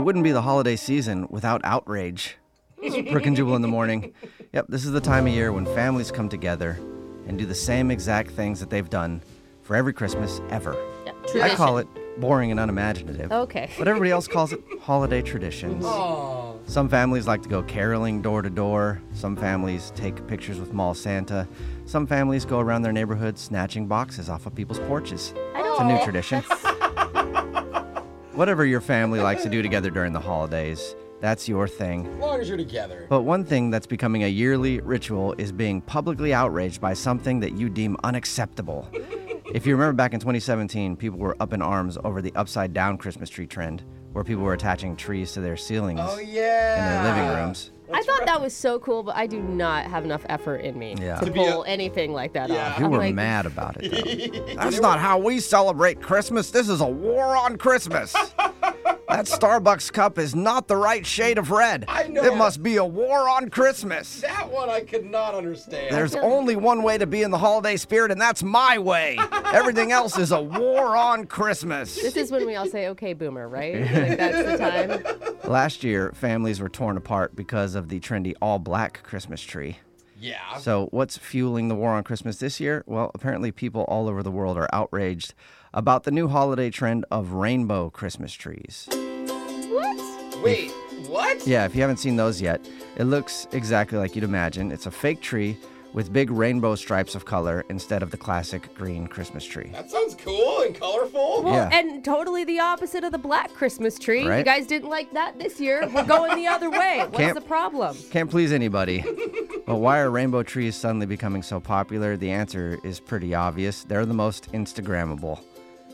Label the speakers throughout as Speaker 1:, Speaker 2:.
Speaker 1: wouldn't be the holiday season without outrage. It's Brook and Jubal in the morning. Yep, this is the time of year when families come together and do the same exact things that they've done for every Christmas ever.
Speaker 2: Yeah,
Speaker 1: I call it boring and unimaginative.
Speaker 2: Okay.
Speaker 1: But everybody else calls it holiday traditions. Some families like to go caroling door to door. Some families take pictures with mall Santa. Some families go around their neighborhood snatching boxes off of people's porches. It's a new tradition. Whatever your family likes to do together during the holidays, that's your thing.
Speaker 3: As long as you're together.
Speaker 1: But one thing that's becoming a yearly ritual is being publicly outraged by something that you deem unacceptable. if you remember back in 2017, people were up in arms over the upside down Christmas tree trend, where people were attaching trees to their ceilings
Speaker 3: Oh
Speaker 1: in
Speaker 3: yeah.
Speaker 1: their living rooms.
Speaker 2: I thought that was so cool, but I do not have enough effort in me
Speaker 1: Yeah.
Speaker 2: to
Speaker 1: To
Speaker 3: be a-
Speaker 2: pull anything like that
Speaker 3: Yeah.
Speaker 2: off.
Speaker 1: You
Speaker 2: I'm
Speaker 1: were
Speaker 2: like,
Speaker 1: mad about it, though. That's not how we celebrate Christmas. This is a war on Christmas. That Starbucks cup is not the right shade of red.
Speaker 3: I know.
Speaker 1: It must be a war on Christmas.
Speaker 3: That one I could not understand.
Speaker 1: There's only one way to be in the holiday spirit, and that's my way. Everything else is a war on Christmas.
Speaker 2: This is when we all say, okay, boomer, right? Like, that's the time.
Speaker 1: Last year, families were torn apart because of the trendy all black Christmas tree.
Speaker 3: yeah.
Speaker 1: So, what's fueling the war on Christmas this year? Well, apparently, people all over the world are outraged about the new holiday trend of rainbow Christmas trees.
Speaker 2: What?
Speaker 3: Wait, what?
Speaker 1: Yeah, if you haven't seen those yet, it looks exactly like you'd imagine. It's a fake tree with big rainbow stripes of color instead of the classic green Christmas tree.
Speaker 3: That sounds cool and colorful.
Speaker 2: Well,
Speaker 1: Yeah.
Speaker 2: Oh, and totally the opposite of the black Christmas tree. You
Speaker 1: Right.
Speaker 2: guys didn't like that this year. We're going the other way. What's
Speaker 1: Can't-
Speaker 2: the problem?
Speaker 1: Can't please anybody. but why are rainbow trees suddenly becoming so popular? The answer is pretty obvious. They're the most Instagrammable.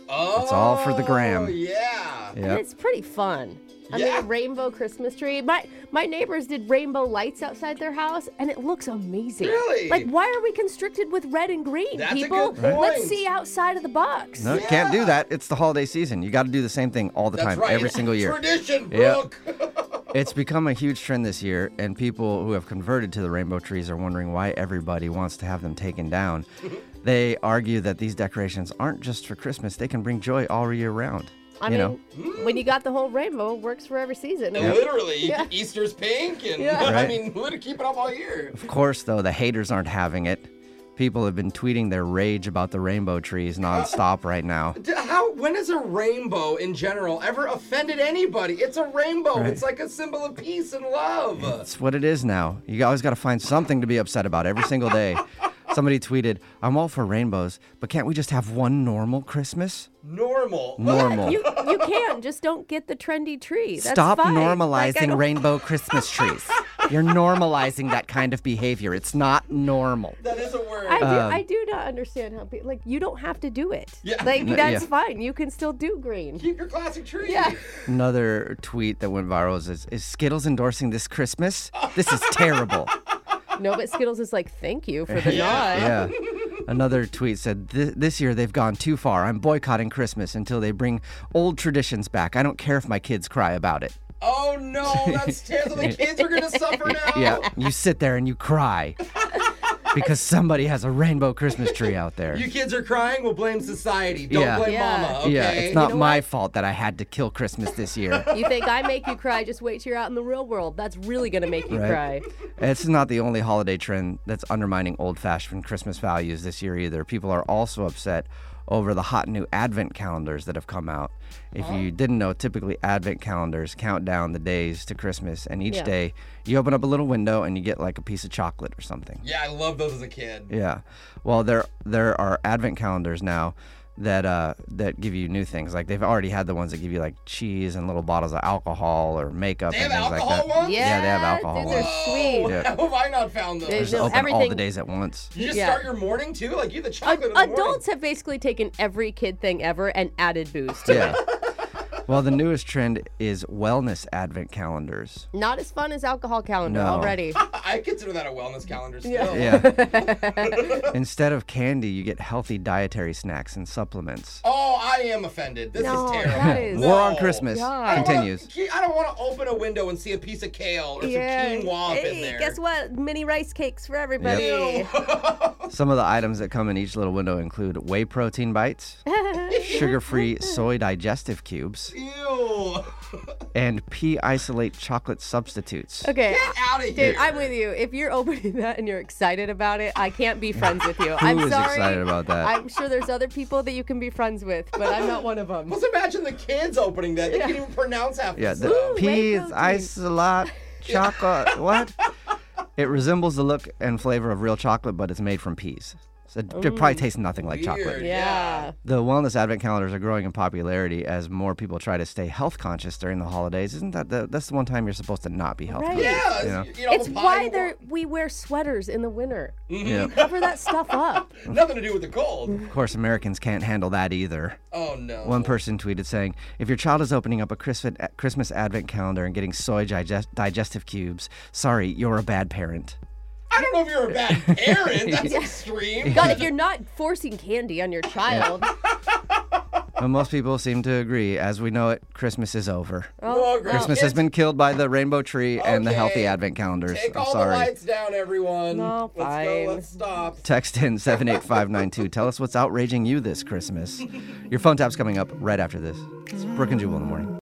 Speaker 3: Oh,
Speaker 1: It's all for the gram.
Speaker 3: Yeah.
Speaker 2: And
Speaker 1: Yep.
Speaker 2: it's pretty fun. I
Speaker 3: Yeah.
Speaker 2: mean, a rainbow Christmas tree. My my neighbors did rainbow lights outside their house, and it looks amazing.
Speaker 3: Really?
Speaker 2: Like, why are we constricted with red and green,
Speaker 3: That's a
Speaker 2: people?
Speaker 3: good point.
Speaker 2: Let's see outside of the box.
Speaker 1: No, can't do
Speaker 3: Yeah.
Speaker 1: that. It's the holiday season. You got to do the same thing all the
Speaker 3: That's
Speaker 1: time,
Speaker 3: right.
Speaker 1: every
Speaker 3: It's
Speaker 1: single year.
Speaker 3: Tradition,
Speaker 1: Yeah.
Speaker 3: Brooke.
Speaker 1: It's become a huge trend this year, and people who have converted to the rainbow trees are wondering why everybody wants to have them taken down. they argue that these decorations aren't just for Christmas, they can bring joy all year round.
Speaker 2: I
Speaker 1: you
Speaker 2: mean,
Speaker 1: know,
Speaker 2: when you got the whole rainbow, it works for every season.
Speaker 3: Literally, Easter's pink, and
Speaker 2: Yeah.
Speaker 3: I
Speaker 1: Right.
Speaker 3: mean, literally keep it up all year.
Speaker 1: of course, though, the haters aren't having it. People have been tweeting their rage about the rainbow trees nonstop right now.
Speaker 3: D- How? When has a rainbow in general ever offended anybody? It's a rainbow. It's like a symbol of peace and love.
Speaker 1: It's what it is now. You always got to find something to be upset about every single day. Somebody tweeted, I'm all for rainbows, but can't we just have one normal Christmas?
Speaker 3: Normal.
Speaker 1: Normal.
Speaker 2: You, you can just don't get the trendy tree. That's
Speaker 1: Stop
Speaker 2: fine. Like, I
Speaker 1: normalizing
Speaker 2: don't-
Speaker 1: rainbow Christmas trees. You're normalizing that kind of behavior. It's not normal.
Speaker 3: That is a word.
Speaker 2: I do, I do not understand how people like you don't have to do it.
Speaker 3: Yeah.
Speaker 2: Like
Speaker 1: Um, Yeah.
Speaker 2: that's fine. You can still do green.
Speaker 3: Keep your classic tree.
Speaker 2: Yeah.
Speaker 1: Another tweet that went viral is Is, is Skittles endorsing this Christmas? This is terrible.
Speaker 2: No, but Skittles is like, thank you for the nod.
Speaker 1: Yeah. Another tweet said, "Th- This year they've gone too far. I'm boycotting Christmas until they bring old traditions back. I don't care if my kids cry about it.
Speaker 3: Oh no, that's terrible. The kids are gonna suffer now.
Speaker 1: Yeah. You sit there and you cry because somebody has a rainbow Christmas tree out there.
Speaker 3: You kids are crying. We'll blame society. Don't
Speaker 1: Yeah.
Speaker 3: blame
Speaker 2: Yeah.
Speaker 3: mama. Okay.
Speaker 1: Yeah, it's not my fault that I had to kill Christmas this year.
Speaker 2: You think I make you cry? Just wait till you're out in the real world. That's really gonna make you
Speaker 1: Right.
Speaker 2: cry.
Speaker 1: It's not the only holiday trend that's undermining old fashioned Christmas values this year either. People are also upset over the hot new advent calendars that have come out. If
Speaker 2: Oh.
Speaker 1: you didn't know, typically advent calendars count down the days to Christmas, and each
Speaker 2: Yeah.
Speaker 1: day you open up a little window and you get like a piece of chocolate or something.
Speaker 3: Yeah, I love those as a kid.
Speaker 1: Yeah. Well, there there are advent calendars now that uh that give you new things. Like they've already had the ones that give you like cheese and little bottles of alcohol or makeup
Speaker 3: They
Speaker 1: and
Speaker 3: have
Speaker 1: things
Speaker 3: alcohol
Speaker 1: like that.
Speaker 3: ones.
Speaker 2: Yeah,
Speaker 1: Yeah, they have alcohol
Speaker 2: Dude,
Speaker 1: ones.
Speaker 2: they're
Speaker 3: Oh,
Speaker 2: sweet.
Speaker 1: Yeah.
Speaker 3: how have I not found
Speaker 2: They
Speaker 3: those?
Speaker 1: Just
Speaker 2: No,
Speaker 1: open all the
Speaker 2: everything-
Speaker 1: days at once.
Speaker 3: You just
Speaker 2: Yeah.
Speaker 3: start your morning too. Like you, the chocolate. in the morning.
Speaker 2: Adults have basically taken every kid thing ever and added booze to
Speaker 1: Yeah.
Speaker 2: it.
Speaker 1: well, the newest trend is wellness advent calendars.
Speaker 2: Not as fun as alcohol calendar
Speaker 1: No.
Speaker 2: already.
Speaker 3: I consider that a wellness calendar still. Yeah.
Speaker 1: Yeah. Instead of candy, you get healthy dietary snacks and supplements.
Speaker 3: Oh, I am offended. This
Speaker 2: No,
Speaker 3: is terrible.
Speaker 2: that is-
Speaker 1: War on
Speaker 3: No.
Speaker 1: Christmas
Speaker 2: God.
Speaker 3: I don't wanna-
Speaker 1: continues.
Speaker 3: I don't want to open a window and see a piece of kale or some quinoa up in
Speaker 2: Hey,
Speaker 3: there.
Speaker 2: guess what? Mini rice cakes for everybody.
Speaker 1: Some of the items that come in each little window include whey protein bites, sugar free soy digestive cubes,
Speaker 3: Ew. rainbow.
Speaker 1: and pea isolate chocolate substitutes.
Speaker 2: Okay.
Speaker 3: Get out of here.
Speaker 2: Dude, I'm with you. If you're opening that and you're excited about it, I can't be friends with you.
Speaker 1: Who
Speaker 2: I'm
Speaker 1: is
Speaker 2: sorry.
Speaker 1: excited about that?
Speaker 2: I'm sure there's other people that you can be friends with, but I'm not one of them.
Speaker 3: Let's imagine the kids opening that. They can't even pronounce half
Speaker 1: Yeah, the
Speaker 3: the stuff.
Speaker 1: peas,
Speaker 2: Waco
Speaker 1: isolate, chocolate. what? It resembles the look and flavor of real chocolate, but it's made from peas. So it probably tastes nothing like
Speaker 3: Weird.
Speaker 1: chocolate.
Speaker 2: Yeah.
Speaker 1: The wellness advent calendars are growing in popularity as more people try to stay health conscious during the holidays. Isn't that the, that's the one time you're supposed to not be health
Speaker 2: Right.
Speaker 1: conscious?
Speaker 3: Yeah,
Speaker 1: You know?
Speaker 3: you know,
Speaker 2: It's
Speaker 3: the
Speaker 2: why
Speaker 3: pine-
Speaker 2: they we wear sweaters in the winter.
Speaker 1: Yeah.
Speaker 2: Cover that stuff up.
Speaker 3: Nothing to do with the cold.
Speaker 1: Of course, Americans can't handle that either.
Speaker 3: Oh no.
Speaker 1: One person tweeted saying, "If your child is opening up a Christmas Christmas advent calendar and getting soy digest- digestive cubes, sorry, you're a bad parent."
Speaker 3: I don't know if you're a bad parent. That's extreme.
Speaker 2: God, if you're not forcing candy on your child,
Speaker 1: But most people seem to agree. As we know it, Christmas is over.
Speaker 3: Well, girl,
Speaker 1: Christmas has
Speaker 3: kids,
Speaker 1: been killed by the rainbow tree and the healthy
Speaker 3: Oh, Okay.
Speaker 1: advent calendars.
Speaker 3: Take
Speaker 1: I'm
Speaker 3: all
Speaker 1: sorry.
Speaker 3: the lights down, everyone.
Speaker 2: No,
Speaker 3: let's
Speaker 2: fine.
Speaker 3: go. Let's stop.
Speaker 1: Text in 78592. Tell us what's outraging you this Christmas. Your phone tap's coming up right after this. It's Brooke and Jewel in the morning.